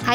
Hi,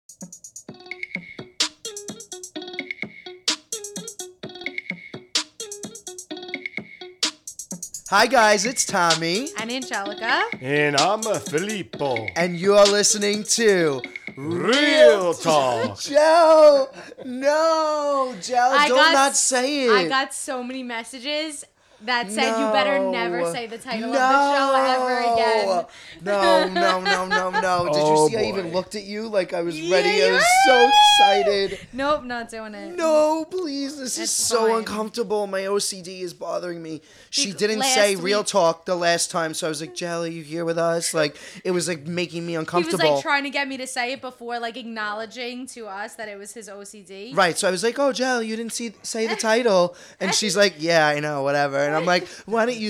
Hi, guys, it's Tommy, And Angelica. And I'm a Filippo. and you're listening to Real talk. Joe. No, Joe, I don't got- not say it. I got so many messages that said you better never No. say the title of the show ever again. No, no, no, no, no. Did Oh, you see I even boy. looked at you like I was ready? I Yeah, was so excited. Nope, not doing it. No, please. This is It's so fine. uncomfortable. My OCD is bothering me. She Bec- didn't last say real week- talk the last time, so I was like, Jelly, you here with us? Like, it was like making me He was uncomfortable. like trying to get me to say it before like acknowledging to us that it was his OCD. Right, so I was like, "Oh, Jelly, you didn't see say the title," and she's like, "Yeah, I know, whatever." And I'm like, "Why don't you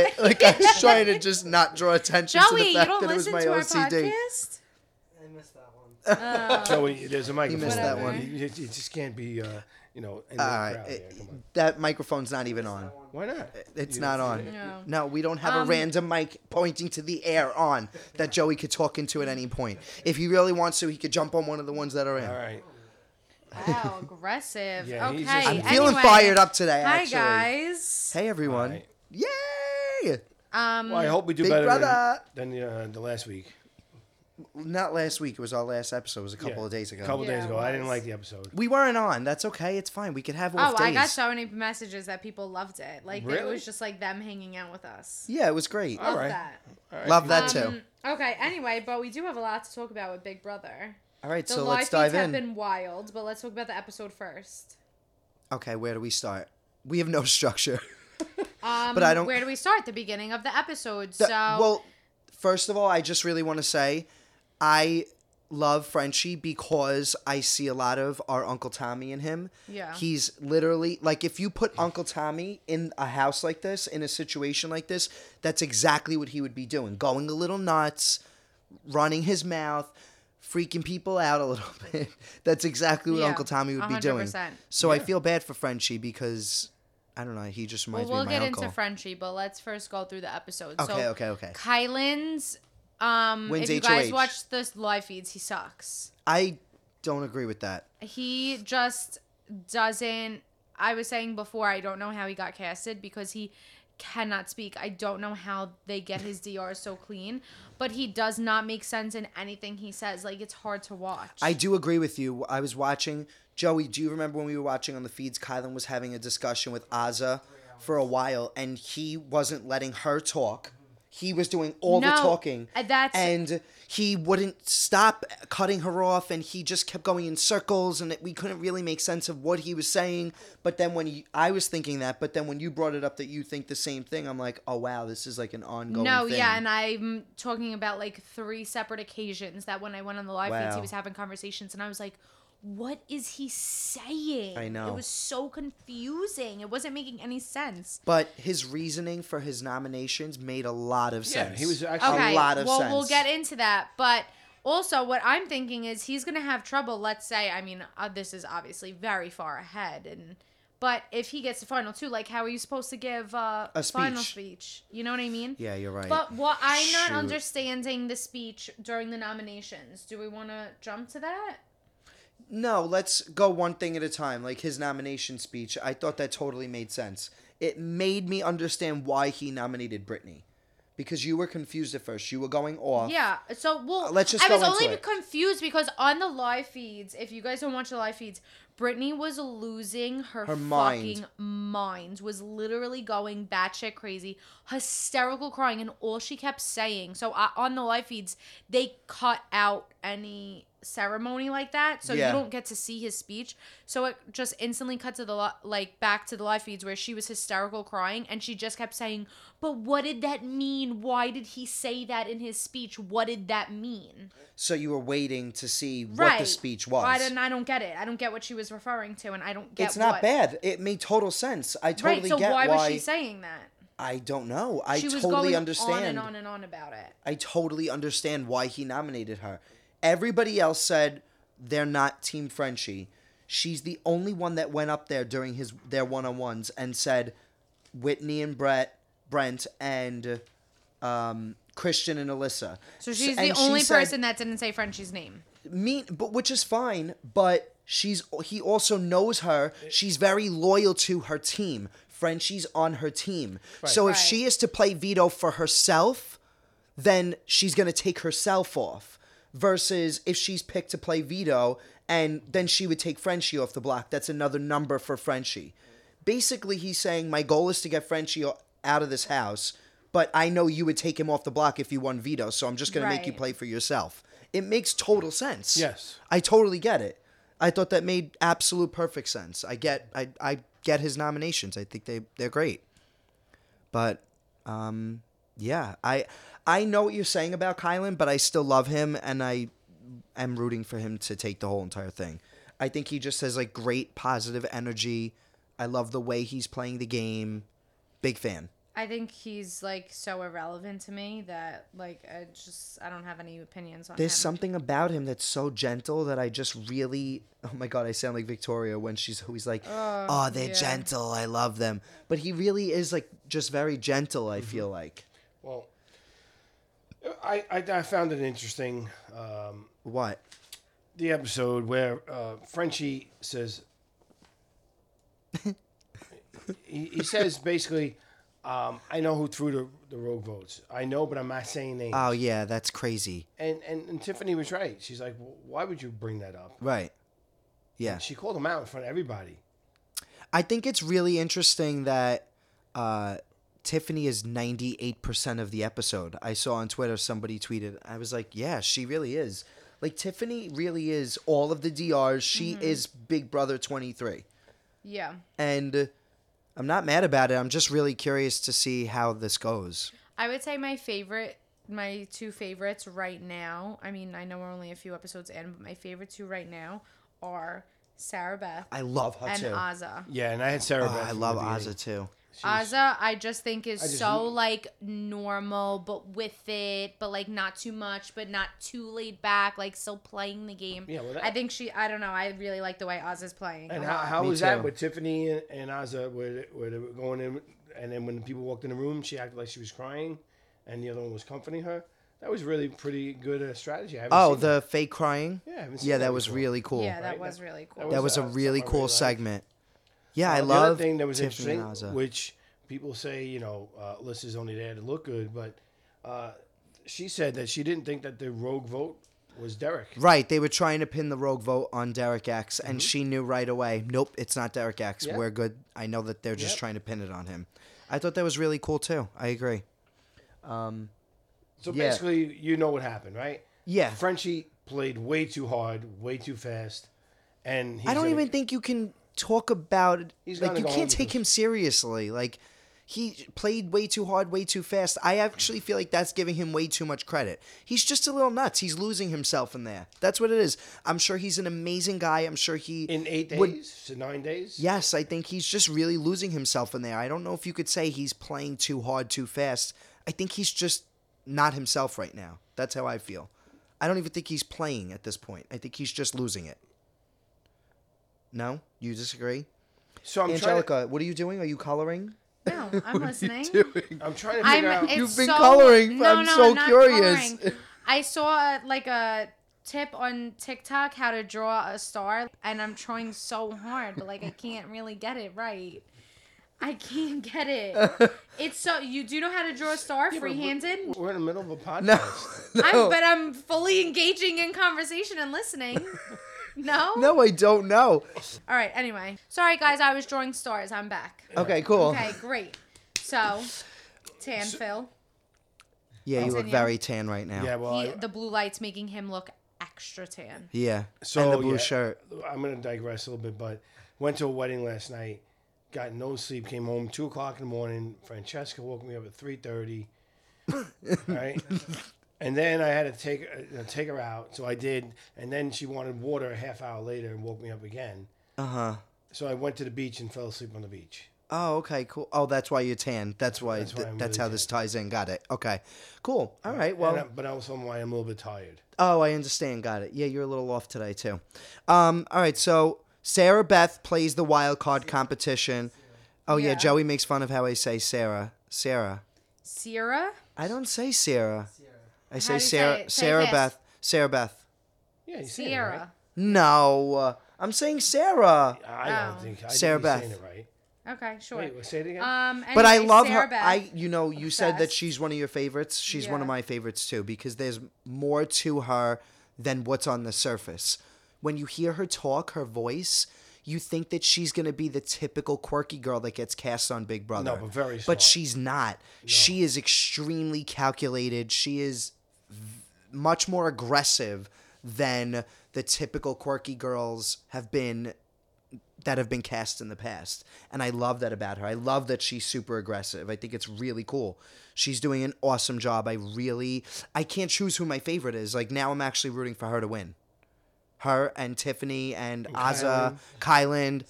it?" Like I was trying to just not draw attention to Joey, the you fact don't that it was listen my to our OCD. podcast? Joey, there's a microphone. missed that Whatever. one. You, you just can't be, uh, you know, in the All right, Uh, crowd it- there. Come on. that microphone's not even on. Why not? It's not on. No. No, we don't have a Um, random mic pointing to the air on that Joey could talk into at any point. If he really wants to, he could jump on one of the ones that are in. All right. Wow, aggressive. Yeah, okay. he's just- I'm feeling fired up today. Hi actually. guys. Hey everyone. All Yay! Um, Well, I hope we do Big better brother. than, than the, uh, the last week. Not last week. It was our last episode. It was a couple Yeah. of days ago. A couple Yeah, days it ago. I was. didn't like the episode. We weren't on. That's okay. It's fine. We could have oh, off days. I got so many messages that people loved it. Like it Really? was just like them hanging out with us. Yeah, it was great. All Love right. that. All right. Love that too. Um, okay. Anyway, but we do have a lot to talk about with Big Brother. All right, The so live let's dive feeds in. have been wild, but let's talk about the episode first. Okay, where do we start? We have no structure. Um, But I don't- Where do we start? The beginning of the episode. The- so well, first of all, I just really want to say I love Frenchie because I see a lot of our Uncle Tommy in him. Yeah. He's literally like if you put Uncle Tommy in a house like this, in a situation like this, that's exactly what he would be doing. Going a little nuts, running his mouth, freaking people out a little bit. That's exactly what Yeah, Uncle Tommy would be doing. 100%. So I feel bad for Frenchie because I don't know, he just Well, reminds we'll me of get my into uncle. Frenchie, but let's first go through the episode. okay, so, okay, okay. Kylan's. Um, Wins if you guys HOH. watch the live feeds, he sucks. I don't agree with that. He just doesn't. I was saying before, I don't know how he got casted because he cannot speak. I don't know how they get his DR so clean, but he does not make sense in anything he says. Like it's hard to watch. I do agree with you. I was watching Joey. Do you remember when we were watching on the feeds? Kylan was having a discussion with Azza for a while, and he wasn't letting her talk. He was doing all the No, talking, uh, that's- and he wouldn't stop cutting her off, and he just kept going in circles, and it, we couldn't really make sense of what he was saying. But then when you, I was thinking that, but then when you brought it up that you think the same thing, I'm like, oh wow, this is like an ongoing. No, thing. yeah, and I'm talking about like three separate occasions that when I went on the live feeds, Wow. he was having conversations, and I was like, "What is he saying?" I know. It was so confusing. It wasn't making any sense. But his reasoning for his nominations made a lot of Yeah, sense. he was actually. Okay, lot of well, we'll sense. get into that, but. Also, what I'm thinking is he's gonna have trouble. Let's say, I mean, uh, this is obviously very far ahead, and but if he gets to final two, like, how are you supposed to give uh, A final speech. speech? You know what I mean? Yeah, you're right. But what I'm Shoot. not understanding the speech during the nominations. Do we want to jump to that? no, let's go one thing at a time. Like his nomination speech, I thought that totally made sense. It made me understand why he nominated Britney. Because you were confused at first. You were going off. Yeah. So well, Uh, let's just I go was into only it. confused because on the live feeds, if you guys don't watch the live feeds, Brittany was losing her, Her fucking mind. mind. Was literally going batshit crazy, hysterical crying, and all she kept saying. So uh, on the live feeds, they cut out any ceremony like that, so Yeah. you don't get to see his speech. So it just instantly cut to the li- like back to the live feeds where she was hysterical crying, and she just kept saying, "But what did that mean? Why did he say that in his speech? What did that mean?" So you were waiting to see what the speech was. Why didn't I don't get it? I don't get what she was referring to, and I don't get. it's not what- bad. It made total sense. I totally right. So get why, why. was she saying that? I don't know. I she was totally going understand. on and on and on about it. I totally understand why he nominated her. Everybody else said they're not Team Frenchie. She's the only one that went up there during his their one on ones and said, "Whitney and Brett, Brent and um, Christian and Alyssa." So S- she's and the she only said- person that didn't say Frenchie's name. mean but which is fine but she's he also knows her she's very loyal to her team frenchie's on her team so if she is to play veto for herself then she's going to take herself off versus if she's picked to play veto and then she would take frenchie off the block that's another number for frenchie basically he's saying my goal is to get frenchie o- out of this house but i know you would take him off the block if you won veto so i'm just going to make you Right. play for yourself it makes total sense Yes. I totally get it. I thought that made absolute perfect sense. I get I I get his nominations. I think they they're great. But um yeah, I I know what you're saying about Kylan, but I still love him and I am rooting for him to take the whole entire thing. I think he just has like great positive energy. I love the way he's playing the game. Big fan. I think he's like so irrelevant to me that like I just I don't have any opinions on There's him. something about him that's so gentle that I just really. Oh my god, I sound like Victoria when she's always like, "Oh, they're gentle. I love them." But he really is like just very gentle. I feel like. Well, I, I, I found it interesting um, What? the episode where uh, Frenchie says he, he says basically, um, "I know who threw the, the rogue votes. I know, but I'm not saying names." Oh yeah, that's crazy. and, and and Tiffany was right. She's like, "Well, "Why would you bring that up?" Right. Yeah. She called him out in front of everybody. I think it's really interesting that uh, Tiffany is 98% of the episode. I saw on Twitter somebody tweeted, I was like, yeah, she really is. Like, Tiffany really is all of the DRs. She is Big Brother 23. Yeah. And uh, I'm not mad about it. I'm just really curious to see how this goes. I would say my favorite, my two favorites right now. I mean, I know we're only a few episodes in, but my favorite two right now are Sarah Beth I love her and too. Azza. Yeah, and I had Sarah. Oh, Beth I from the love beginning. Azza too. Azza, I just think is just- so like normal, but with it, but like not too much, but not too laid back, like still playing the game. Yeah, well, that- I think she. I don't know. I really like the way Azza's playing. And a how, lot. how Me was that too. with Tiffany and, and Azza, where, they- where they were going in, and then when the people walked in the room, she acted like she was crying, and the other one was comforting her. That was really pretty good uh, strategy. I haven't Oh, seen that. the fake crying? Yeah, I haven't seen Yeah, that that was before. really cool. yeah, that right? was That- really that cool. was- That was a uh, really something I cool really liked. segment. Yeah, I Uh, love the other thing that was Tiffany and interesting, Azza. which people say, you know, uh, Alyssa's only there to look good, but uh, she said that she didn't think that the rogue vote was Derek. Right, they were trying to pin the rogue vote on Derek X, and she knew right away. Nope, it's not Derek X. Mm-hmm. Yeah. We're good. I know that they're just Yep. trying to pin it on him. I thought that was really cool too. I agree. So Yeah. basically, you know what happened, right? Yeah, Frenchie played way too hard, way too fast, and he's I don't gonna- even think you can talk about it. He's like gonna you go home can't take because- him seriously. Like he played way too hard, way too fast. I actually feel like that's giving him way too much credit. He's just a little nuts. He's losing himself in there. That's what it is. I'm sure he's an amazing guy. I'm sure he in eight days, would- to nine days. Yes, I think he's just really losing himself in there. I don't know if you could say he's playing too hard, too fast. I think he's just not himself right now. That's how I feel. I don't even think he's playing at this point. I think he's just losing it. No? You disagree? So I'm trying. To, Angelica, what are you doing? Are you coloring? no, I'm listening. I'm trying to I'm, figure out. it's You've been so- coloring, but No, I'm no, so not curious. coloring. I saw uh, like a tip on TikTok how to draw a star, and I'm trying so hard, but like I can't really get it right. I can't get it. It's so you do know how to draw a star free-handed, We're in the middle of a podcast. I'm, Oh. but I'm fully engaging in conversation and listening. No. No, I don't know. All right. Anyway, sorry guys, I was drawing stars. I'm back. Okay, cool. Okay, great. So, Tan Phil. Yeah, you look Continue. very tan right now. Yeah, Yeah. well, he, I- the blue light's making him look extra tan. so and the blue yeah, shirt. I'm gonna digress a little bit, but went to a wedding last night. Got no sleep. Came home two o'clock in the morning. Francesca woke me up at three thirty. right, and then I had to take uh, take her out, so I did. And then she wanted water a half hour later and woke me up again. Uh huh. So I went to the beach and fell asleep on the beach. Oh, okay, cool. Oh, that's why you're tan. That's why. That's, That's why I'm that's really how this ties in. Got it. Okay, cool. All right. Well, And I- but also why I'm a little bit tired. Oh, I understand. Got it. Yeah, you're a little off today too. Um, all right. So Sarah Beth plays the wild card competition. Oh yeah. Joey makes fun of how I say Sarah. Sarah. Sierra? I don't say Sarah. I do say you Sarah. say it? Say Sarah this. Beth. Sarah Beth. Yeah, you saying it right. Sierra. No, uh, I'm saying Sarah. I don't Oh. think Sarah I think he's saying Beth. it right. Okay, sure. Wait, what- say it again. um, But I anyway, love Sarah her. Beth. I, you know, you said that Obsessed. she's one of your favorites. She's one of Yeah. my favorites too because there's more to her than what's on the surface. When you hear her talk, her voice, you think that she's gonna be the typical quirky girl that gets cast on Big Brother. but very But smart. she's not. She is extremely calculated. She is v- much more aggressive than the typical quirky girls have been that have been cast in the past. And I love that about her. I love that she's super aggressive. I think it's really cool. She's doing an awesome job. I really I can't choose who my favorite is. Like now I'm actually rooting for her to win. Her and Tiffany and Azza, Kylan.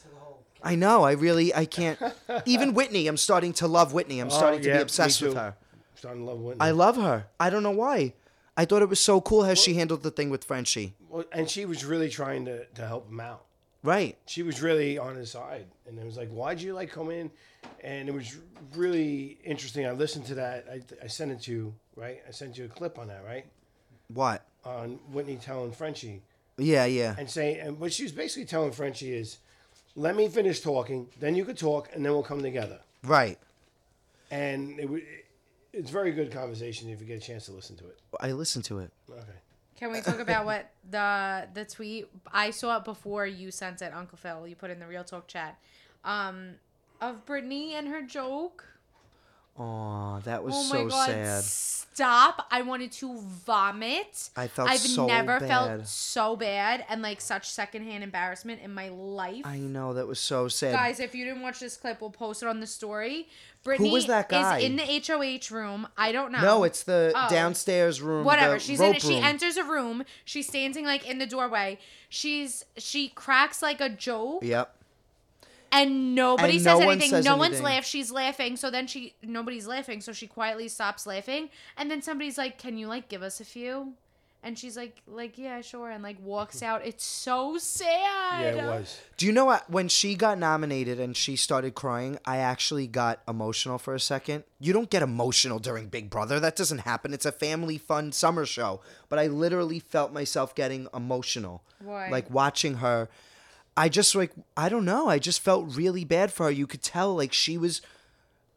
I know. I really I can't even Whitney. I'm starting to love Whitney. I'm starting to Oh, yeah, be me obsessed with too. her. Starting to love Whitney. I love her. I don't know why. I thought it was so cool how she handled the thing with Frenchie. Well, and she was really trying to, to help him out. Right. She was really on his side, and it was like, "Why'd you like come in?" And it was really interesting. I listened to that. I, I sent it to you, right? I sent you a clip on that, right? What? On Whitney telling Frenchie Yeah, yeah. and saying, and what she was basically telling Frenchie is, "Let me finish talking, then you could talk, and then we'll come together." Right. And it, wa- it's very good conversation if you get a chance to listen to it. I listened to it. Okay. Can we talk about what the the tweet? I saw it before you sent it, Uncle Phil. You put in the Real Talk chat um, of Brittany and her joke. Oh, that was Oh so my god! sad. Stop! I wanted to vomit. I felt I've so never bad. felt so bad and like such secondhand embarrassment in my life. I know that was so sad. Guys, if you didn't watch this clip, we'll post it on the story. Brittany that guy? is in the HOH room. I don't know. no, it's the Oh. downstairs room. whatever. the She's in rope it. She room. enters a room. She's standing like in the doorway. She's she cracks like a joke, Yep. and nobody And says no one anything. says no one's anything. laughed. She's laughing. So then she nobody's laughing. So she quietly stops laughing, and then somebody's like, "Can you like give us a few?" And she's like, "Like yeah, sure," and like walks out. It's so sad. Yeah, it was. Do you know what? When she got nominated and she started crying, I actually got emotional for a second. You don't get emotional during Big Brother. That doesn't happen. It's a family fun summer show. But I literally felt myself getting emotional. Why? Like watching her. I just like I don't know. I just felt really bad for her. You could tell like she was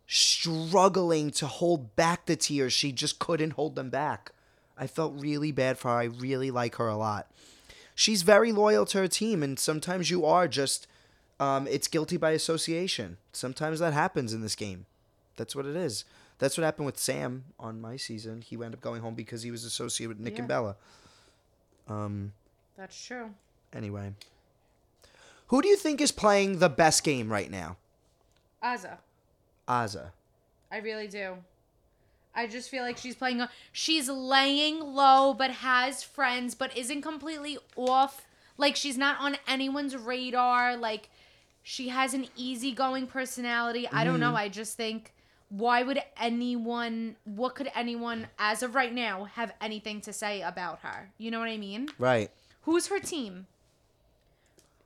struggling to hold back the tears. She just couldn't hold them back. I felt really bad for her. I really like her a lot she's very loyal to her team, and sometimes you are just, um, it's guilty by association. Sometimes that happens in this game. That's what it is. That's what happened with Sam on my season. He wound up going home because he was associated with Nick and Yeah. Bella. That's true. Anyway, who do you think is playing the best game right now? Azza, Azza. I really do. I just feel like she's playing. A, she's laying low, but has friends, but isn't completely off. Like she's not on anyone's radar. Like she has an easygoing personality. I don't know. I just think, why would anyone? What could anyone, as of right now, have anything to say about her? You know what I mean? Right. Who's her team?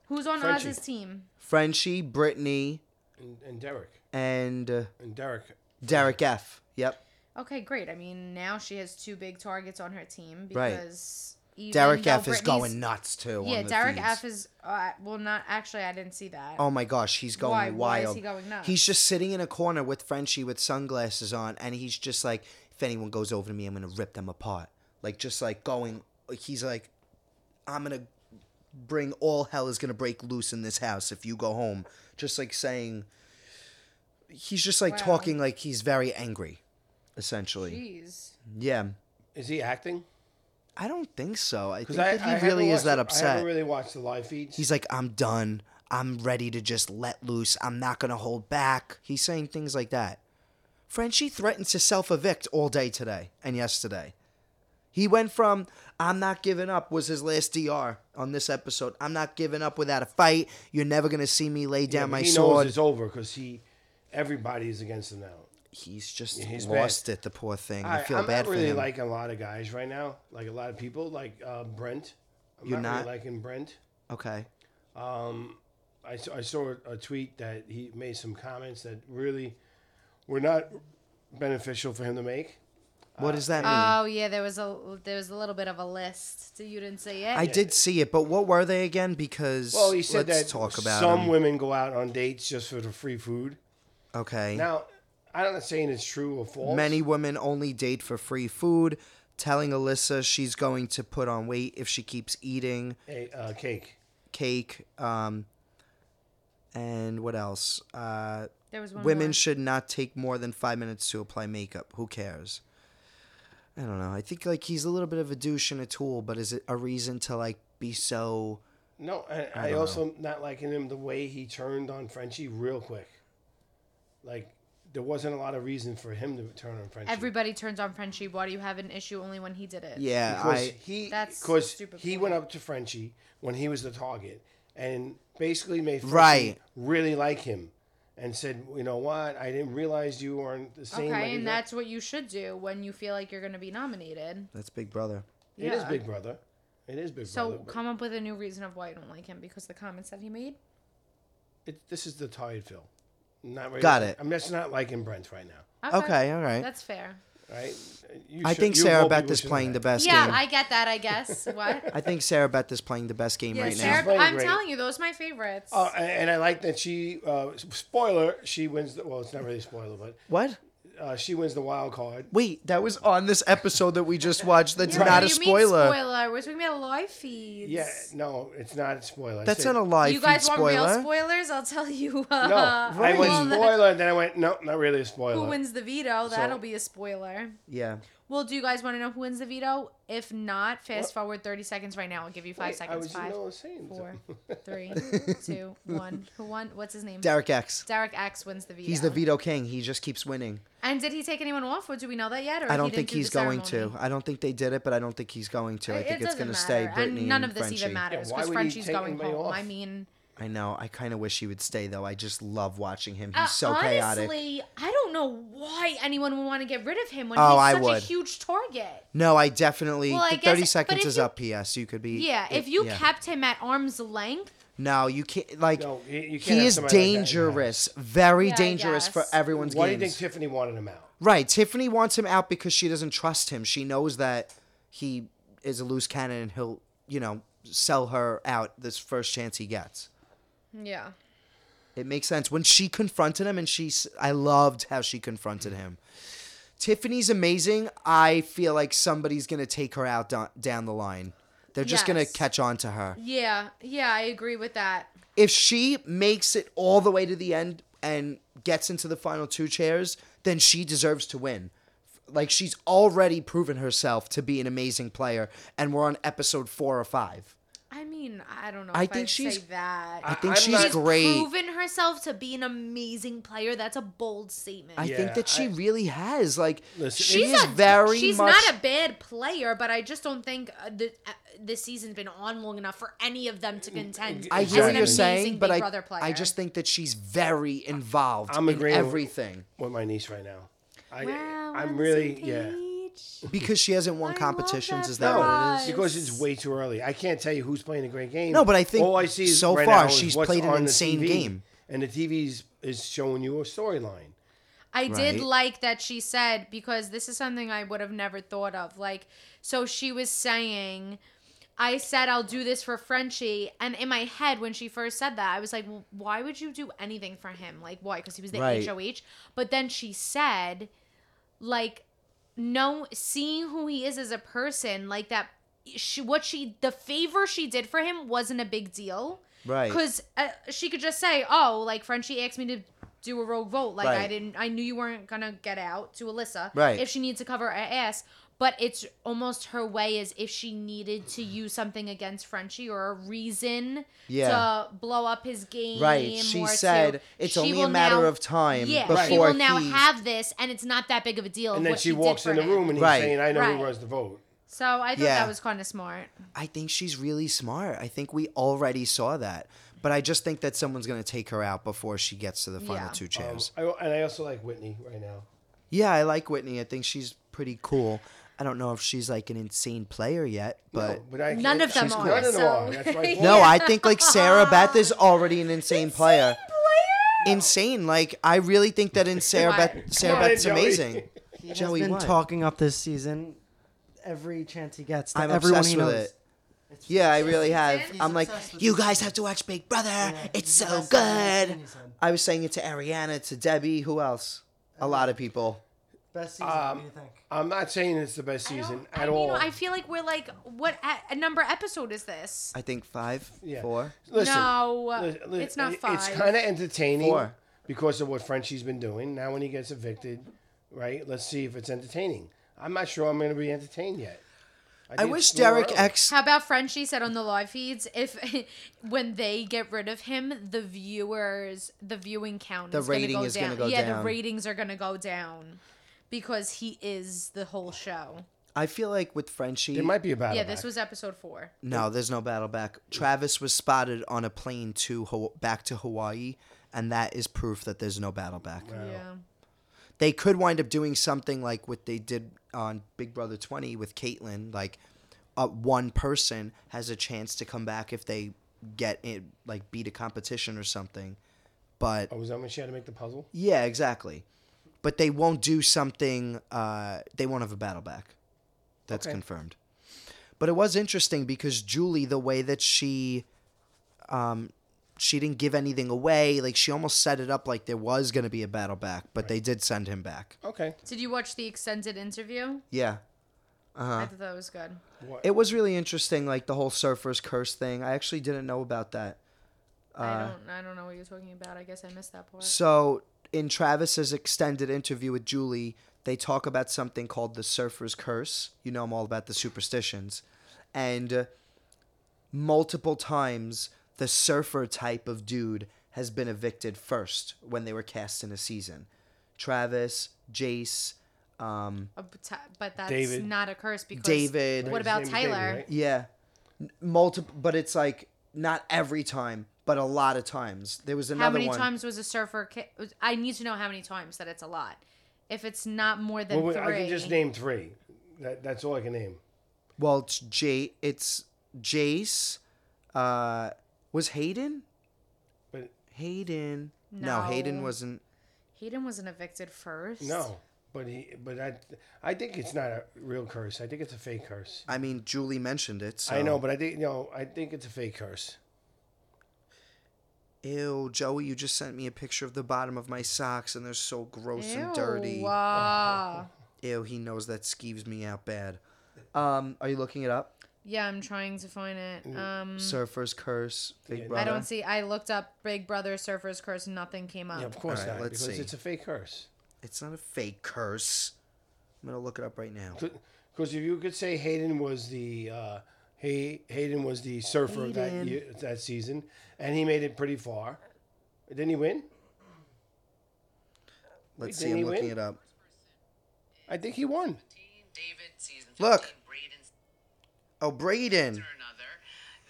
Who's on Frenchie. Oz's team? Frenchie, Brittany, And, and Derek. and uh, And Derek. Derek F. Yep. Okay, great. I mean, now she has two big targets on her team Right. because even Derek though F is Britney's- going nuts too. Yeah, on the Derek feeds. F is uh, well, not actually. I didn't see that. Oh my gosh, he's going Why- wild. why is he going nuts? He's just sitting in a corner with Frenchie with sunglasses on, and he's just like, if anyone goes over to me, I'm gonna rip them apart. Like just like going, he's like, I'm gonna bring all hell is gonna break loose in this house if you go home. Just like saying, he's just like Wow. talking like he's very angry, essentially. Jeez. Yeah, Is he acting? I don't think so. I think Because I, I that haven't he really is watched- that I upset. haven't really watched the live feeds. He's like, I'm done. I'm ready to just let loose. I'm not going to hold back. He's saying things like that. Frenchie threatens to self evict all day today and yesterday. He went from, I'm not giving up, was his last DR on this episode. I'm not giving up without a fight. You're never going to see me lay Yeah, down but my he sword. knows it's over because he, everybody is against him now. He's just he's lost it, the poor thing. I, feel am bad not really for him. liking a lot of guys right now. Like a lot of people, like uh, Brent. I'm You're not, not? really liking Brent. okay. I, s- I saw a tweet that he made some comments that really were not beneficial for him to make. What does that mean? Oh yeah, there was a there was a little bit of a list. So you didn't see it. I did see it, but what were they again? Because Well, he said let's that talk about some 'em. women go out on dates just for the free food. Okay. Now, I'm not saying it's true or false. Many women only date for free food. Telling Alyssa she's going to put on weight if she keeps eating a, uh, cake. cake. Um, and what else? Uh, There was one women more. should not take more than five minutes to apply makeup. Who cares? I don't know. I think like he's a little bit of a douche and a tool, but is it a reason to like be so? No, and I, also not liking him the way he turned on Frenchie real quick. Like there wasn't a lot of reason for him to turn on Frenchie. Everybody turns on friendship. Why do you have an issue only when he did it? Yeah, because I he That's because stupid he point. went up to Frenchie when he was the target and basically made Frenchie Right. really like him and said, you know what, I didn't realize you weren't the same. like Okay, you and got-" that's what you should do when you feel like you're going to be nominated. that's Big Brother. it is yeah. Big Brother. It is Big So Brother. but come up with a new reason of why you don't like him because the comments that he made. it, this is the tired Phil. Not really, Got it. I'm just not liking Brent right now. Okay, all right. That's fair. Right? You I should- think you Sarah will be Beth is wishing playing the that. best Yeah, game. I get that. I guess what. I think Sarah Beth is playing the best game right Sarah, playing I'm great. telling you, those are my favorites. Oh, and, and I like that she uh, spoiler she wins. The, well, it's not really a spoiler, but now. What? uh, she wins the wild card. Wait, that was on this episode that we just watched. That's Yeah, not a you mean spoiler. spoiler. We're talking about live feeds. Yeah, no, it's not a spoiler. I That's said- not a live You guys feed want spoiler. real spoilers? I'll tell you. Uh, No, I Right. went Well, spoiler, and then I went no, not really a spoiler. Who wins the veto? That'll So- be a spoiler. yeah. Well, do you guys want to know who wins the veto? If not, fast forward 30 seconds right now. I'll give you five Wait, I seconds. was Five, no, I was saying four, something. three, two, one. Who won? What's his name? Derek X. Derek X wins the veto. He's the veto king. He just keeps winning. And did he take anyone off, or do we know that yet? Or I he don't didn't think do the he's going ceremony? to. I don't think they did it, but I don't think he's going to. it I think it's doesn't going to matter. stay Brittany and none of this even Frenchie. matters Yeah, why because would he Frenchie's take going anybody home. off? I mean, I know. I kind of wish he would stay though. I just love watching him. He's uh, so chaotic. honestly, I don't know why anyone would want to get rid of him when Oh, he's I such would. a huge target. No, I definitely. Well, I the guess- Thirty but seconds if is you- up. P.S. You could be. Yeah, if you yeah. kept him at arm's length, No, you can't. Like No, you- you can't he have is somebody like that in your dangerous. very Yeah, I dangerous for guess. everyone's Why do you games. think Tiffany wanted him out? Right. Tiffany wants him out because she doesn't trust him. She knows that he is a loose cannon and he'll, you know, sell her out this first chance he gets. yeah. It makes sense. When she confronted him and she s- I loved how she confronted him. Tiffany's amazing. I feel like somebody's going to take her out do- down the line. They're just going Yes. to catch on to her. Yeah, yeah, I agree with that. If she makes it all the way to the end and gets into the final two chairs, then she deserves to win. Like she's already proven herself to be an amazing player, and we're on episode four or five. I mean, I don't know. I if think I'd she's- say that. I think I'm she's not- She's great. proven herself to be an amazing player. That's a bold statement. I Yeah, think that she I- really has. Like Listen, she she's is a, very She's much. not a bad player, but I just don't think uh, the uh, this season's been on long enough for any of them to contend. I as hear an what you're amazing saying, but Big I, Brother player. I just think that she's very involved I'm in agreeing with- everything With my niece right now. I, Wow, we're on I'm the really same yeah. page. because she hasn't won I love competitions. that Is that No, what it is? Nice. because it's way too early. I can't tell you who's playing a great game. No, but I think all I see is so right far now is she's what's played an on the insane TV, game. and the TV's is showing you a storyline. I Right. did like that she said because this is something I would have never thought of. Like, so she was saying, I said I'll do this for Frenchie, and in my head when she first said that, I was like, well, why would you do anything for him? Like, why? Because he was the Right. HOH. But then she said, like, no, seeing who he is as a person, like that. She, what she the favor she did for him wasn't a big deal Right. because uh, she could just say, "Oh, like Frenchie asked me to do a rogue vote. Like I Right. didn't. I knew you weren't gonna get out to Alyssa. Right. If she needs to cover her ass." But it's almost her way as if she needed to use something against Frenchie or a reason Yeah. to blow up his game. Right. She or to- said it's She only a will matter now- of time Yeah. she before will now he- have this, and it's not that big of a deal. of And then what she, she, did walks for in the him. room and he's Right. saying, "I know Right. who runs the vote." So I thought Yeah. that was kind of smart. I think she's really smart. I think we already saw that. But I just think that someone's going to take her out before she gets to the final Yeah. Oh. two Um, chairs. I, and I also like Whitney right now. yeah, I like Whitney. I think she's pretty cool. I don't know if she's like an insane player yet, but But I None can't- of them she's- are, None of them so- are. That's my point. no, I think like Sarah Beth is already an insane player. Insane, like I really think that in Sarah Why? Beth, Sarah Come on, Beth's Joey. amazing. He has Joey, been what? talking up this season every chance he gets. to I'm everyone obsessed he with knows. it. Yeah, I really have. He's I'm like, obsessed with you it. guys have to watch Big Brother. it's he's the best so thing good. he's done. I was saying it to Ariana, to Debbie, who else? A lot of people. Best season. Um, what do you think? I'm not saying it's the best season I at mean, all. I feel like we're like, what a, a number episode is this? I think five, Yeah. four. Listen, no, li- li- it's not it- five. It's kind of entertaining Four. because of what Frenchie's been doing. Now, when he gets evicted, right? Let's see if it's entertaining. I'm not sure I'm going to be entertained yet. I think wish it's too early. Derek X. How about Frenchie said on the live feeds if when they get rid of him, the viewers, the viewing count, The is gonna rating go is down. gonna go yeah, down. the ratings are gonna go down because he is the whole show. I feel like with Frenchie, There might be a battle. yeah, this back. was episode four. no, there's no battle back. Travis was spotted on a plane to Haw- back to Hawaii, and that is proof that there's no battle back. Yeah, They could wind up doing something like what they did on Big Brother 20 with Caitlyn, like uh, one person has a chance to come back if they get it, like beat a competition or something. But Oh, was that when she had to make the puzzle? yeah, exactly. But they won't do something. Uh, they won't have a battle back. That's Okay. confirmed. But it was interesting because Julie, the way that she, um, she didn't give anything away. Like she almost set it up like there was gonna be a battle back, but they did send him back. Okay. Did you watch the extended interview? Yeah, Uh-huh. I thought that was good. it was really interesting. Like the whole surfers curse thing. I actually didn't know about that. I Uh, don't. I don't know what you're talking about. I guess I missed that part. So in Travis's extended interview with Julie, they talk about something called the surfer's curse. You know, I'm all about the superstitions. And uh, multiple times, the surfer type of dude has been evicted first when they were cast in a season. Travis, Jace, um, Uh, But, ta- but that's David. not a curse because David. What His about name was David, Tyler? right? Yeah. Multiple, but it's like not every time, but a lot of times. There was another How many one. times was a surfer? Ki- I need to know how many times that it's a lot. If it's not more than Well, wait, three, I can just name three. That, that's all I can name. Well, it's J. It's Jace. Uh, was Hayden? But Hayden. No, Hayden No. wasn't. Hayden wasn't evicted first. no. But he, but I, I think it's not a real curse. I think it's a fake curse. I mean, Julie mentioned it. So. I know, but I think no. I think it's a fake curse. Ew, Joey, you just sent me a picture of the bottom of my socks, and they're so gross and dirty. Ew, uh, Ew, he knows that skeeves me out bad. Um, are you looking it up? yeah, I'm trying to find it. Mm, Um, Surfer's curse, Big I Brother. don't see. I looked up Big Brother Surfer's Curse. and Nothing came up. Yeah, of course All right, not. let's because see. it's a fake curse. It's not a fake curse. I'm gonna look it up right now. Because if you could say Hayden was the uh, Hay- Hayden was the surfer that Hayden. year, that season, and he made it pretty far. Didn't he win? Let's Wait, see. didn't I'm he looking win? it up. I think he won. David, season 15, Look. Braden's Oh, Braden. or another.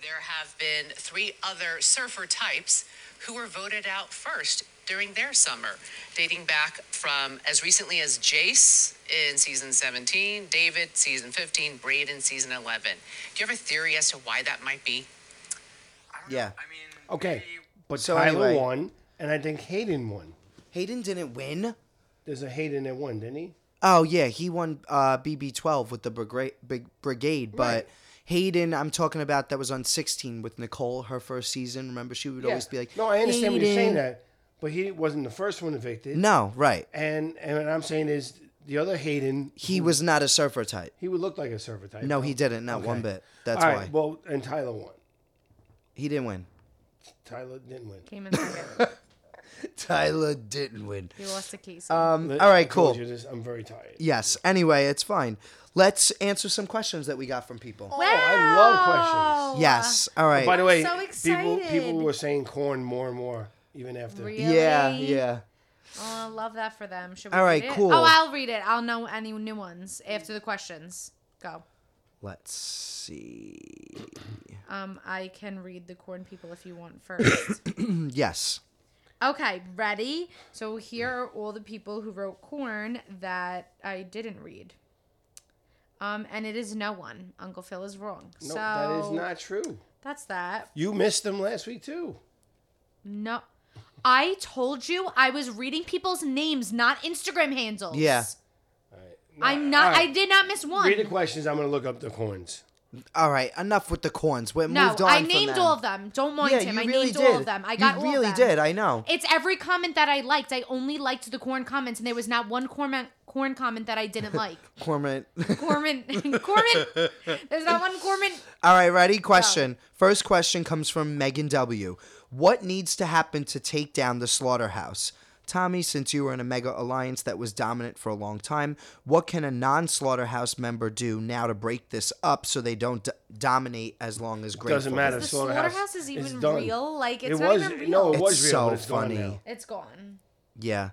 There have been three other surfer types who were voted out first during their summer, dating back from as recently as Jace in season 17, David season 15, Braden season 11. Do you have a theory as to why that might be? Yeah. Okay, but So Tyler anyway- won, and I think Hayden won. Hayden didn't win. There's a Hayden that won, didn't he? Oh yeah, he won uh, BB12 with the brigade, big brigade, but Hayden, I'm talking about that was on 16 with Nicole, her first season. Remember, she would always be like, no, I understand what you're saying "Hayden." that, but he wasn't the first one evicted. No, right? and and what I'm saying is the other Hayden, He was not a surfer type. he would look like a surfer type. No, he didn't, not one bit. That's All why right, well, and Tyler won. he didn't win. Tyler didn't win. Came in second. Tyler didn't win. you lost to Casey. Uh, Um, all right, I told cool. you this, I'm very tired. Yes. Anyway, it's fine. Let's answer some questions that we got from people. Oh, I love questions. Oh, Yes. All right. Oh, By the way, so people people excited. were saying corn more and more even after. Really? yeah, yeah. Oh, I love that for them. Should we All read right, it? cool. Oh, I'll read it. I'll know any new ones after the questions. Go. Let's see. Um, I can read the corn people if you want first. Yes. okay, ready? So here are all the people who wrote corn that I didn't read. Um, and it is no one. Uncle Phil is wrong. No, so that is not true. That's that. You missed them last week too. No, I told you I was reading people's names, not Instagram handles. Yeah. I'm not. All right. I did not miss one. Read the questions. I'm gonna look up the horns. All right, enough with the corns. We're No, moved on. I from named them. all of them. Don't mind Yeah, him. you I really named did. all of them. I got you all really of them. did. I know. It's every comment that I liked. I only liked the corn comments, and there was not one corn corn comment that I didn't like. Cormorant. Corman, Corman. There's not one Corman. All right, ready? Question. First question comes from Megan W. What needs to happen to take down the slaughterhouse? Tommy, since you were in a mega alliance that was dominant for a long time, what can a non slaughterhouse member do now to break this up so they don't d- dominate as long as Grateful? Doesn't matter. The slaughterhouse, slaughterhouse is even done. real? Like, It it's not was- even No, real. it was It's real. so but it's gone funny. now. It's gone. Yeah.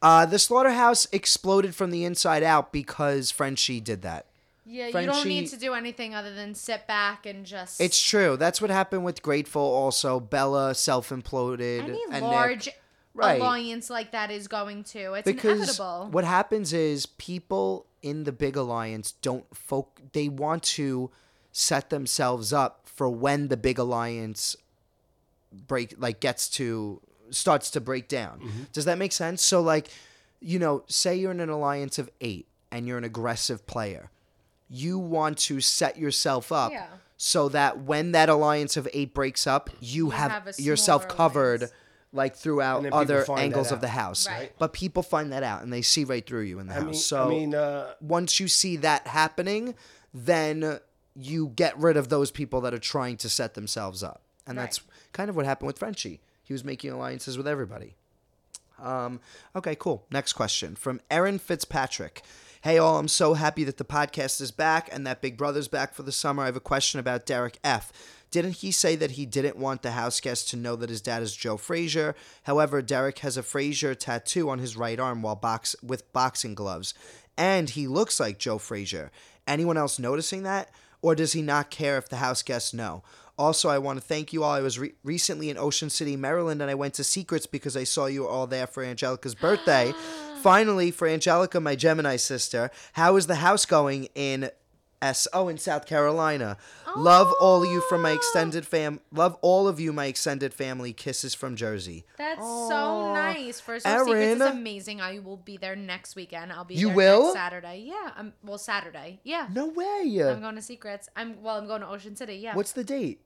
Uh, the slaughterhouse exploded from the inside out because Frenchie did that. Yeah, you don't Frenchie- need to do anything other than sit back and just. It's true. That's what happened with Grateful. Also, Bella self imploded. any and Nick. large Right. alliance like that is going to. It's because inevitable. what happens is people in the big alliance don't folk they want to set themselves up for when the big alliance break like gets to starts to break down Mm-hmm. does that make sense so like you know say you're in an alliance of eight and you're an aggressive player you want to set yourself up Yeah. so that when that alliance of eight breaks up you, have, have a yourself smaller covered alliance. like throughout And then people other find that angles of the out. house Right. but people find that out and they see right through you in the I house. mean, so I mean, uh, once you see that happening, then you get rid of those people that are trying to set themselves up. And that's kind of what happened with Frenchie. He was making alliances with everybody. Um, okay, cool. Next question from Erin Fitzpatrick. Hey, all, I'm so happy that the podcast is back and that Big Brother's back for the summer. I have a question about Derek F. Didn't he say that he didn't want the house guests to know that his dad is Joe Frazier? However, Derek has a Frazier tattoo on his right arm while box with boxing gloves, and he looks like Joe Frazier. Anyone else noticing that? Or does he not care if the house guests know? Also, I want to thank you all. I was re- recently in Ocean City, Maryland, and I went to Secrets because I saw you all there for Angelica's birthday. Finally, for Angelica, my Gemini sister, how is the house going in SO in South Carolina? Love all you from my Oh. extended fam. Love all of you, my extended family. Kisses from Jersey. That's so nice. First of all, Secrets is Erin. amazing. I will be there next weekend. I'll be You there will? next Saturday. Yeah. i well, Saturday. Yeah. No way. I'm going to Secrets. I'm well. I'm going to Ocean City. Yeah. What's the date?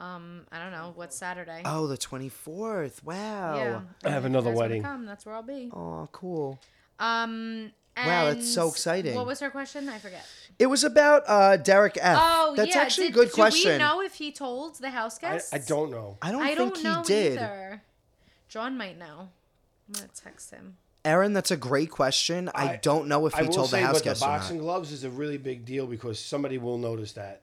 um? I don't know. What's Saturday? Oh, the twenty fourth. Wow. yeah. I If have you another guys wanna wedding. Come. That's where I'll be. Oh, cool. Um. Wow, that's and so exciting. What was her question? I forget. It was about uh, Derek F. Oh, that's yeah. actually did, a good do question. we know if he told the house I, guests? I don't know. I don't I think don't know he did. either. John might know. I'm gonna text him. Aaron, that's a great question. I, I- don't know if I he will told the say, house but the guests or not. boxing gloves is a really big deal because somebody will notice that.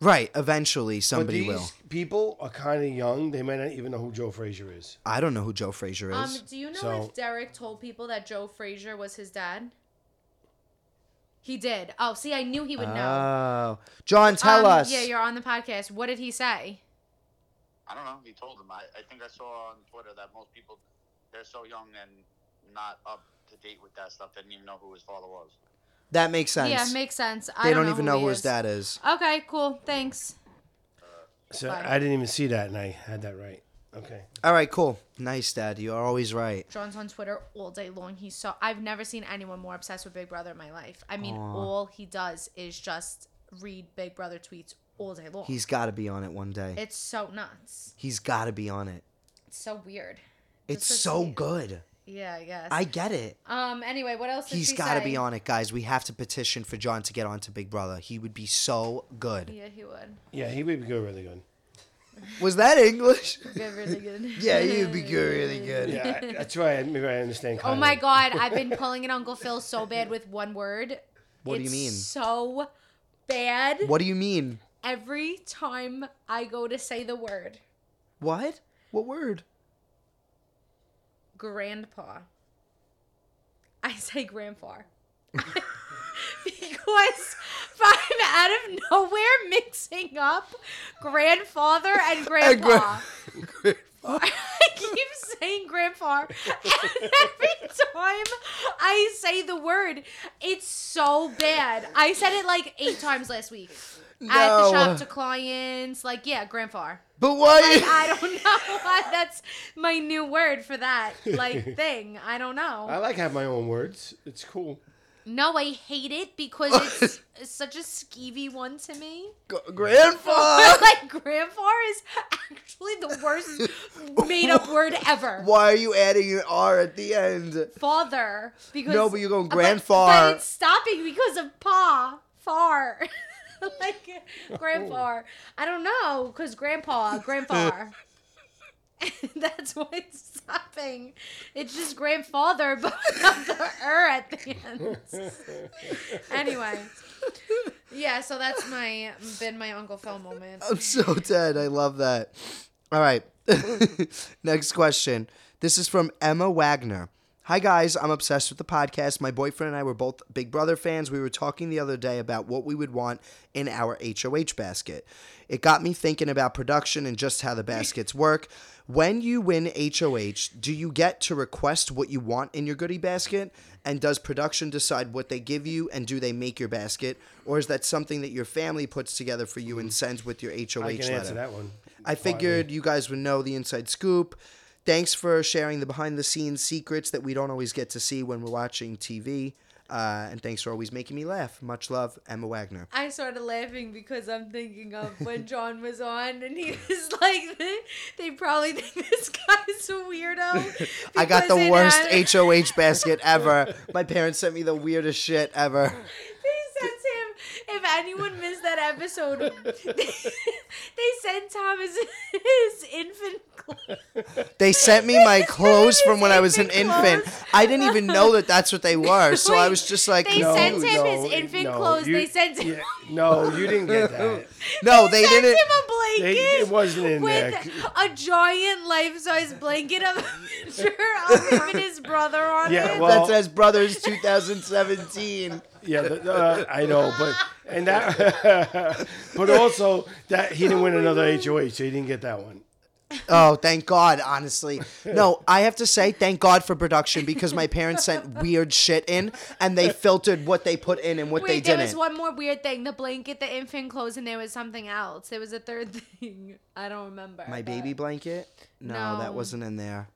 Right, eventually somebody but these will. people are kind of young. They may not even know who Joe Frazier is. I don't know who Joe Frazier Um, is. do you know So- if Derek told people that Joe Frazier was his dad? He did. Oh, see, I knew he would know. Oh, John, tell Um, us. Yeah, you're on the podcast. What did he say? I don't know. He told them. I, I think I saw on Twitter that most people, they're so young and not up to date with that stuff. They didn't even know who his father was. that makes sense. Yeah, makes sense. I they don't, don't, even know who he his is. dad is. Okay, cool. Thanks. So Fine. I didn't even see that, and I had that right. Okay. All right, cool. Nice, Dad. You are always right. John's on Twitter all day long. He's so I've never seen anyone more obsessed with Big Brother in my life. I mean, all he does is just read Big Brother tweets all day long. He's got to be on it one day. it's so nuts. He's got to be on it. It's so weird. It's Just so like- good. Yeah, I guess. I get it. um. Anyway, what else? Did He's she got to say? be on it, guys. We have to petition for John to get onto Big Brother. He would be so good. Yeah, he would. Yeah, he would be good, really good. Was that English? Good, really good. yeah, he would be good, really good. Yeah, I- that's why I, maybe I understand. Oh Kylie. my god, I've been pulling an Uncle Phil so bad with one word. What do you It's mean? So bad. What do you mean? Every time I go to say the word What? What word? grandpa, I say grandpa. because I'm out of nowhere mixing up grandfather and grandpa. And gra- I keep saying grandpa, and every time I say the word. It's so bad. I said it like eight times last week. At the No. shop to clients. Like, yeah, grandpa. But why? I don't know why that's my new word for that like thing. I don't I know. like have my own words. It's cool. No, I hate it because it's, it's such a skeevy one to me. G- Grandpa! like grandpa is actually the worst made up word ever. Why are you adding an R at the end? Father because No, but you're going but- grandfar. But it's stopping because of pa far. like grandpa. I don't know because grandpa grandpa. That's why it's stopping. It's just grandfather, but without the er at the end. anyway, yeah. So that's my been my Uncle Phil moment. I'm so dead. I love that. All right. Next question. This is from Emma Wagner. Hi, guys. I'm obsessed with the podcast. My boyfriend and I were both Big Brother fans. We were talking the other day about what we would want in our HOH basket. It got me thinking about production and just how the baskets work. When you win HOH, do you get to request what you want in your goodie basket? And does production decide what they give you and do they make your basket? Or is that something that your family puts together for you and sends with your HOH I can letter? answer that one. I figured you guys would know the inside scoop. Thanks for sharing the behind the scenes secrets that we don't always get to see when we're watching TV. Uh, and thanks for always making me laugh. Much love, Emma Wagner. I started laughing because I'm thinking of when John was on and he was like, they probably think this guy's a weirdo. I got the because it had- worst HOH basket ever. My parents sent me the weirdest shit ever. They sent him, if anyone missed that episode, they, they sent Thomas his infant clothes. They sent me my clothes from when I was an Infant infant. clothes. I didn't even know that that's what they were. So I Wait, was just like, they no, sent him his infant clothes. They sent him- yeah, no, you didn't get that. no, they sent didn't. him a blanket. They- it wasn't in with there. a giant life-size blanket of a picture of him and his brother on it. Yeah, well, That says Brothers 2017. yeah, the- uh, I know, but and that, but also that he didn't win another HOH, so he didn't get that one. Oh, thank God, honestly. No, I have to say thank God for production because my parents sent weird shit in and they filtered what they put in and what Wait, they there didn't. was one more weird thing: the blanket, the infant clothes, and there was something else. There was a third thing. I don't remember. my but- baby blanket? No, that No. wasn't in there.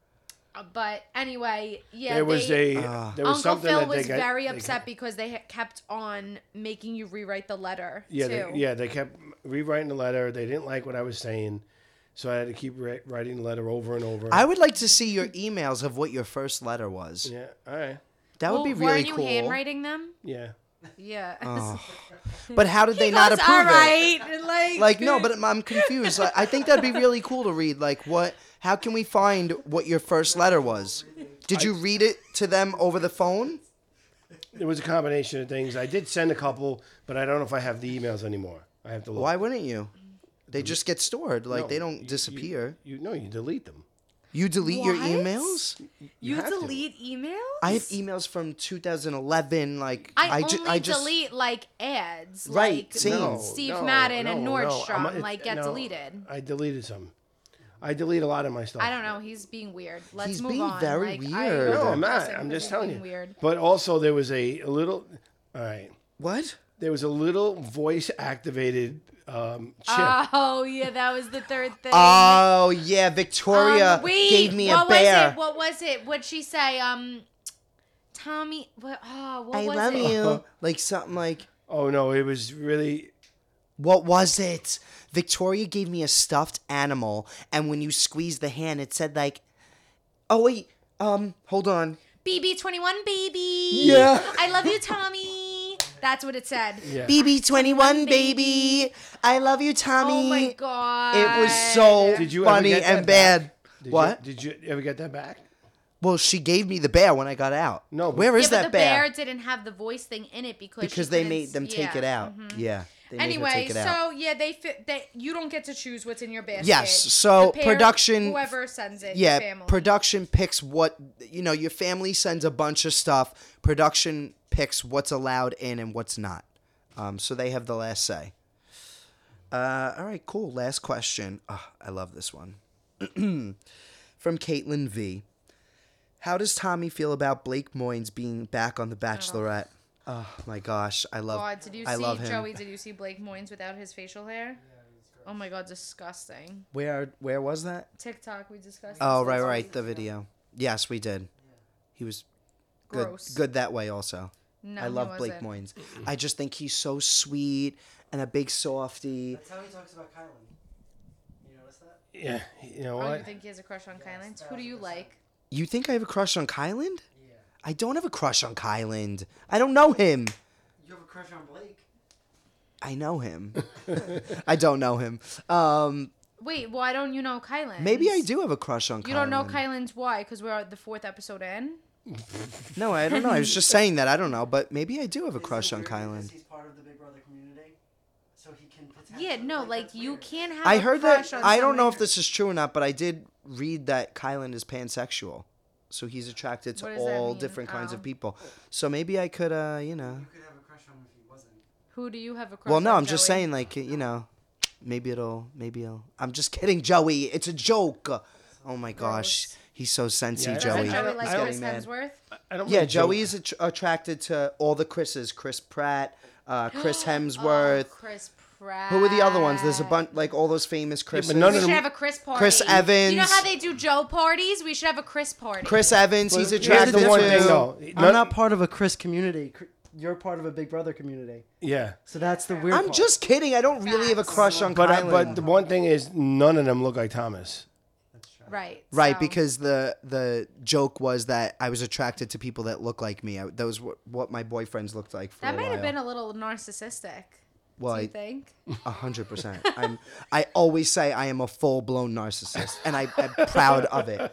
Uh, But anyway, yeah. There was they, a Ah. there was Uncle something Phil that they was got- very they upset kept- because they ha- kept on making you rewrite the letter. yeah, too. they, yeah, they kept rewriting the letter. They didn't like what I was saying, so I had to keep ri- writing the letter over and over. I would like to see your emails of what your first letter was. yeah, all right, That Well, would be weren't really you cool. handwriting them? yeah. Yeah. But how did Oh. they not That's approve all it? right. Like, Like no, but I'm- I'm confused. Like, I think that'd be really cool to read. Like what? How can we find what your first letter was? Did you read it to them over the phone? It was a combination of things. I did send a couple, but I don't know if I have the emails anymore. I have to look. Why wouldn't you? They just get stored. Like No, they you- don't you- disappear. You, no, you delete them. You, delete your What? emails? you have to. delete emails. I have emails from 2011. Like I, ju- only delete like ads, Right, Like, same. No, Steve no, Madden and no, no. I'm- Nordstrom it- like get no, deleted. I deleted some. I delete a lot of my stuff. I don't know. He's being weird. Let's He's move being on. very Like, I- weird. No, Yeah. I'm not. Listen, I'm just he's telling being you. Weird. But also, there was a, a little. All right, What? there was a little voice activated um, chip. Oh yeah, that was the third thing. Oh yeah, Victoria Um, wait, gave me a what Was bear. it? What was it? What'd she say? Um, Tommy. What? Oh, what I was love it? you. Like something like oh no, it was really. what was it? Victoria gave me a stuffed animal, and when you squeezed the hand, it said like, "Oh wait, um, hold on." BB twenty one baby. Yeah. I love you, Tommy. That's what it said. Yeah. BB twenty one baby, I love you, Tommy. Oh my god. It was so Did you ever funny get that and back? bad. Did what? You, did you ever get that back? Well, she gave me the bear when I got out. No, but- where Yeah, but is that the bear? bear? didn't have the voice thing in it because she Because they couldn't made s- them take yeah. mm-hmm. it out. Yeah. They made her Anyway, take it out. so yeah, they fit. They you don't get to choose what's in your basket. Yes, so The parent- production- whoever sends it, yeah, your family. production picks what you know. Your family sends a bunch of stuff. Production picks what's allowed in and what's not. Um, so they have the last say. Uh, all right, cool. Last question. Ah, I love this one. From Caitlin V. How does Tommy feel about Blake Moynes being back on The Bachelorette? Oh my gosh, I love. God, did you I see love him. Joey? Did you see Blake Moynes without his facial hair? Oh my god, disgusting. Where where was that? TikTok, we discussed. Oh this right, last right, week. the video. Yes, we did. He was good. Gross. Good that way also. No, I he love Blake wasn't. Moynes. I just think he's so sweet and a big softie. That's how he talks about Kylan. You notice that? Yeah, you know Oh, you what? think he has a crush on Kylan? Who do you like? You think I have a crush on Kylan? I don't have a crush on Kylan. I don't know him. You have a crush on Blake. I know him. I don't know him. Um, Wait, why don't you know Kylan? maybe I do have a crush on. You don't know Kylan's why? Because we're at the fourth episode in. No, I don't know. I was just saying that. I don't know, but maybe I do have a crush on Kylan. He's part of the Big Brother community, so he can. Yeah, potentially- no, that's like you weird. can't have. I a heard crush that. on I don't know if someone- this is true or not, but I did read that Kylan is pansexual, so he's attracted What to does that all mean? different kinds Oh. of people. So maybe I could, uh, you know. You could have a crush on him if he wasn't. Who do you have a crush? Well, no, on, I'm just Joey? saying, like, you know, maybe it'll, maybe it'll. I'm just kidding, Joey. It's a joke. Oh my gosh, Gross. he's so sensy, Yeah, I Doesn't Joey. don't- Joey He's like getting Chris mad. Hemsworth? I don't Yeah, really Joey joke. is att- attracted to all the Chris's: Chris Pratt, uh, Chris Hemsworth. Oh, Chris Pratt. Who are the other ones? There's a bunch, like all those famous Chris's. none We of should them- have a Chris party. Chris You know how Evans. they do Joe parties? We should have a Chris party. Chris Evans, Well, he's here's attracted the one to. thing, though. I'm None- not part of a Chris community. Cr- You're part of a Big Brother community, Yeah, so that's the weird. I'm part. just kidding. I don't really have a crush on but I, Kylan. but the one thing is, none of them look like Thomas. Right. right, so- because the the joke was that I was attracted to people that look like me. I, that was what, what my boyfriends looked like for that a might while. have been a little narcissistic. well, do you I- think? a hundred percent. I'm. I always say I am a full blown narcissist, and I, I'm proud of it.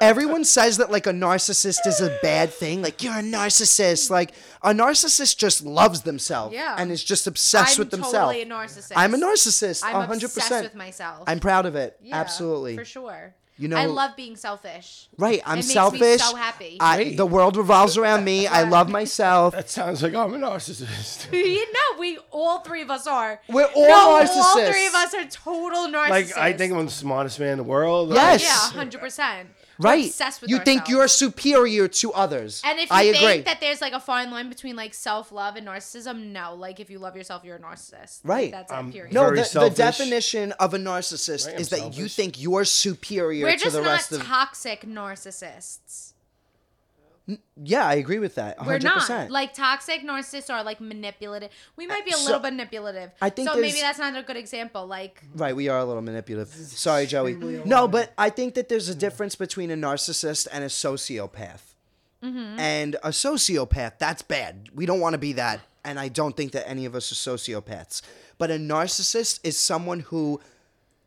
Everyone says that like a narcissist is a bad thing. Like you're a narcissist. Like a narcissist just loves themselves. Yeah. And is just obsessed I'm with themselves. totally a narcissist. I'm a narcissist. I'm a hundred obsessed percent. with myself. I'm proud of it. Yeah, Absolutely. For sure. You know- I love being selfish. Right. I'm makes me selfish. so happy. I, the world revolves around me. I love myself. That sounds like "Oh, I'm a narcissist. you know, we all three of us are. We're all no, All narcissists. three of us are total narcissists. like I think I'm the smartest man in the world. yeah, Yes. hundred percent. Right. obsessed with you think ourselves. you're superior to others. And if you I think agree. that there's like a fine line between like self love and narcissism, no. Like if you love yourself, you're a narcissist. Like, Right. that's it. Period. no, Very the, the selfish. definition of a narcissist Right, I'm is that you selfish. think you're superior We're to just the not rest of. toxic narcissists. yeah, I agree with that. 100%. We're not like toxic narcissists are like manipulative. We might be a so- little manipulative. I think so. Maybe there's- that's not a good example. Like Right, we are a little manipulative. Sorry, Joey. No, but I think that there's a difference between a narcissist and a sociopath. Mm-hmm. And a sociopath, that's bad. We don't want to be that. And I don't think that any of us are sociopaths. But a narcissist is someone who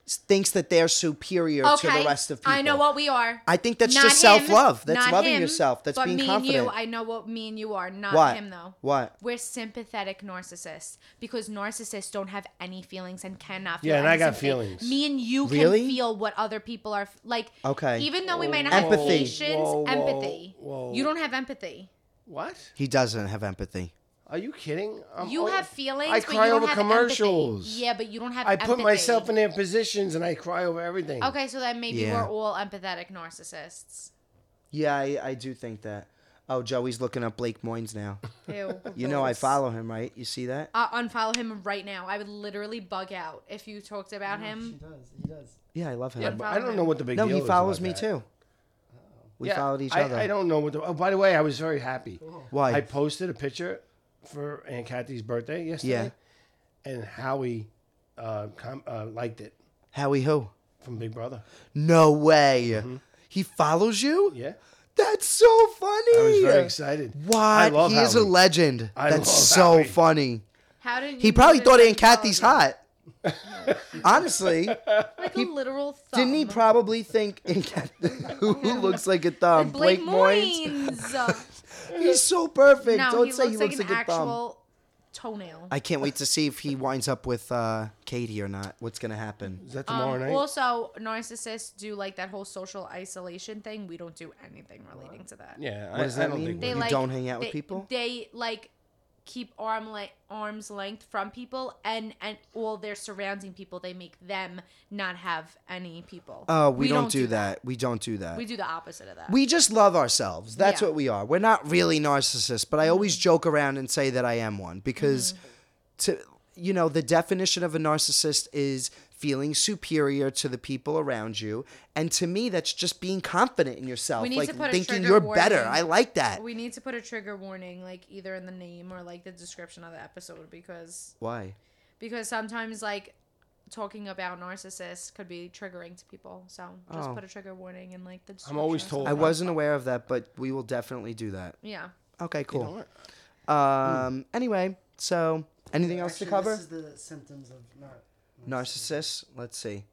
s- thinks that they're superior okay, to the rest of people. I know what we are. I think that's Not just him, self-love. That's not loving him, yourself. That's but being me And confident. you, I know what me and you are. Not What? him though. What? We're sympathetic narcissists because narcissists don't have any feelings and cannot. Feel Yeah, and I any got sympathy. feelings. Me and you Really? can feel what other people are f- like. Okay. Even though we might not have Empathy. patience, Whoa, whoa, empathy. whoa. You don't have empathy. What? He doesn't have empathy. Are you kidding? I'm You old. have feelings. Oh, I but cry you don't over have commercials. Empathy. Yeah, but you don't have. I put empathy. myself in their positions and I cry over everything. Okay, so then maybe Yeah. we're all empathetic narcissists. Yeah, I, I do think that. Oh, Joey's looking up Blake Moynes now. Ew. You know I follow him, right? You see that? Uh, unfollow him right now. I would literally bug out if you talked about She him. does. He does. Yeah, I love him. Yeah, I don't know what the big No, deal he is follows about me that. too. We Yeah, followed each I- other. I don't know what the. Oh, by the way, I was very happy. Why? I posted a picture for Aunt Kathy's birthday yesterday, and Howie uh, com- uh, liked it Howie who? from Big Brother. No way. He follows you? Mm-hmm. Yeah, That's so funny. I was very excited. What? I love he is a Howie. legend. I That's love so Howie. funny. How did He probably thought Aunt Kathy's hot. Honestly, Like a literal thumb. didn't he probably think Aunt Kathy, who looks like a thumb? Blake, Moynes. Moynes. He's so perfect. no, Don't he, say looks he looks like like, an a thumb. actual toenail. I can't wait to see if he winds up with uh, Katie or not. What's gonna happen? Is that Um, tomorrow night? Also, narcissists do like that whole social isolation thing. We don't do anything relating to that. yeah, What does I, I that don't mean? think They You like don't hang out with they- people? They like keep arm le- arms length from people and and all their surrounding people. They make them not have any people. Oh, we, don't, do that. We don't do that. We do the opposite of that. we just love ourselves. That's Yeah. Mm-hmm. what we are. We're not really narcissists, but I always joke around and say that I am one because to you know, the definition of a narcissist is feeling superior to the people around you. And to me that's just being confident in yourself, We need like to put a thinking trigger you're better. warning. I like that. we need to put a trigger warning like either in the name or like the description of the episode because Why? because sometimes like talking about narcissists could be triggering to people. So just Oh. put a trigger warning in like the description. I'm always or told- I something. wasn't aware of that, but we will definitely do that. Yeah. Okay, cool. Um anyway, so anything else to Actually, cover? This is the symptoms of nar- Narcissists, let's see.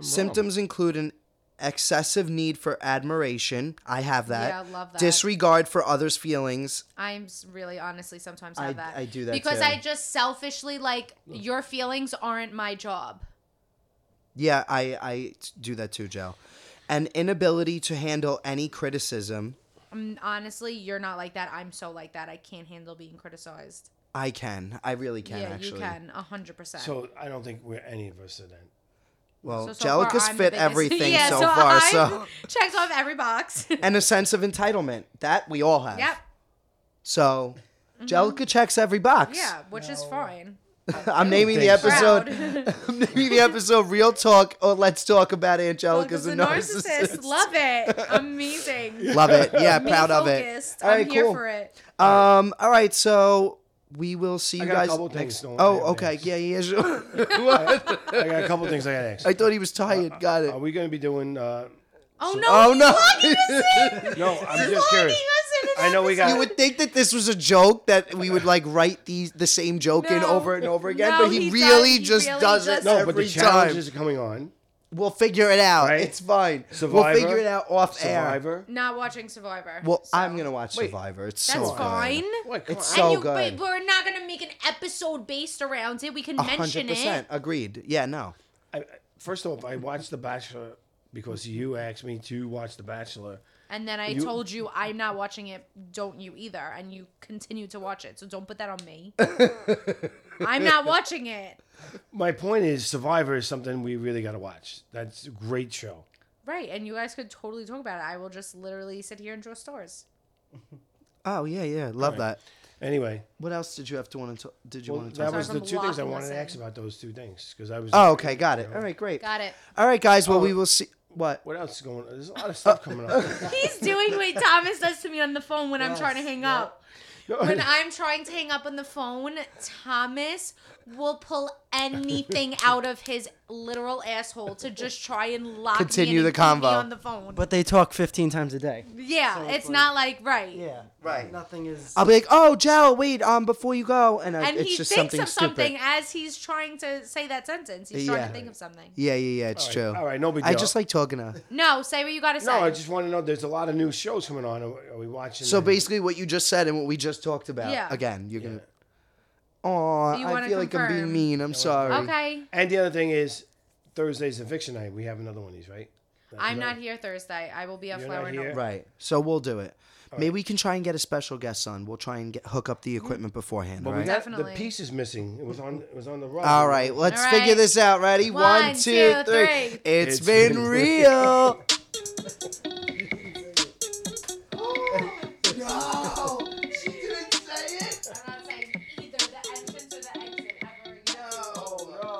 Symptoms include an excessive need for admiration. I have that. Yeah, I love that. Disregard for others' feelings. I'm s- really honestly sometimes I- have that. I do that because too. I just selfishly like your feelings aren't my job. Yeah, I, I do that too, Joe. An inability to handle any criticism. Mm, honestly, you're not like that. I'm so like that. I can't handle being criticized. I can. I really can, yeah, actually. you can. a hundred percent. So I don't think we're any of us are that. Well, So, so far, Jellica's I'm the fit biggest- everything Yeah, so, far. I've So, checked off every box. and a sense of entitlement that we all have. yep. Mm-hmm. So, Jellica checks every box. Yeah, which is fine. I'm naming the think so. episode. Proud. I'm naming the episode "Real Talk" or "Let's Talk About Because Angelica's the a narcissist. Narcissist." Love it. Amazing. Love it. Yeah, Me proud of it. focused. All right, I'm here cool. for it. Um, all right, so we will see you got a guys couple things next. going Oh, on okay. next. Yeah, yeah, sure. What? I got a couple things I got to ask. I thought he was tired. Got it. Are we going to be doing? Uh, Oh no! Oh he's no. logging us in. no, I'm He's just curious. logging us in an I know we got. You would think that this was a joke that we would like write these the same joke in No. over and over again, No, but he, he does- really he just really does does it No, no, every but the time. challenges are coming on. We'll figure it out. Right? It's fine. Survivor. We'll figure it out off air. Survivor. Not watching Survivor. Well, so- I'm gonna watch Survivor. It's so That's good. fine. Wait, come It's on. so and you, good. But we're not gonna make an episode based around it. We can A mention hundred percent it. agreed. Yeah, no. I, I- first off, I watched The Bachelor because you asked me to watch The Bachelor. And then I You- told you I'm not watching it. Don't you either? And you continue to watch it. So don't put that on me. I'm not watching it. My point is, Survivor is something we really got to watch. That's a great show. Right, and you guys could totally talk about it. I will just literally sit here and draw stars. Oh yeah, yeah. Love that. Anyway, What else did you have to want to? Did you well, want to that talk? was Sorry the if I'm two things I locking wanted us to ask in. about those two things because I was. Oh, okay, got it. All right, great. Got it. All right, guys. Well, Oh. we will see. What? What else is going? on? There's a lot of stuff coming up. He's doing what Thomas does to me on the phone when I'm trying to hang up. When I'm trying to hang up on the phone, Thomas will pull anything out of his literal asshole to just try and lock me in Continue and the keep me convo. on the phone. But they talk 15 times a day. yeah, it's not like right. Yeah. Right. Nothing is. I'll be like, oh, Jal, wait, um, before you go, and, I, And it's he just thinks something of stupid. something as he's trying to say that sentence. He's trying Yeah. to think of something. Yeah, yeah, yeah. It's All right, true. all right, no big I deal. just like talking to. her. No, say what you gotta say. No, I just want to know. There's a lot of new shows coming on. Are are we watching? So the- basically, what you just said and what we just talked about. Yeah. Again, you're gonna. Aw, You I wanna feel like I'm being confirm. mean. I'm sorry. okay. And the other thing is, Thursday's eviction night. We have another one of these, right? I'm not here Thursday. I will be at You're Flower not and here? Home. Right. So we'll do it. Maybe we can try and get a special guest on. We'll try and get hook up Mm-hmm. the equipment beforehand. But right? we got Definitely. the piece is missing. It was on. It was on the rug. All right, let's All right. figure this out. Ready? One, One, two, two, three. three. It's It's been, been real. I'm not saying either the entrance or the exit ever again.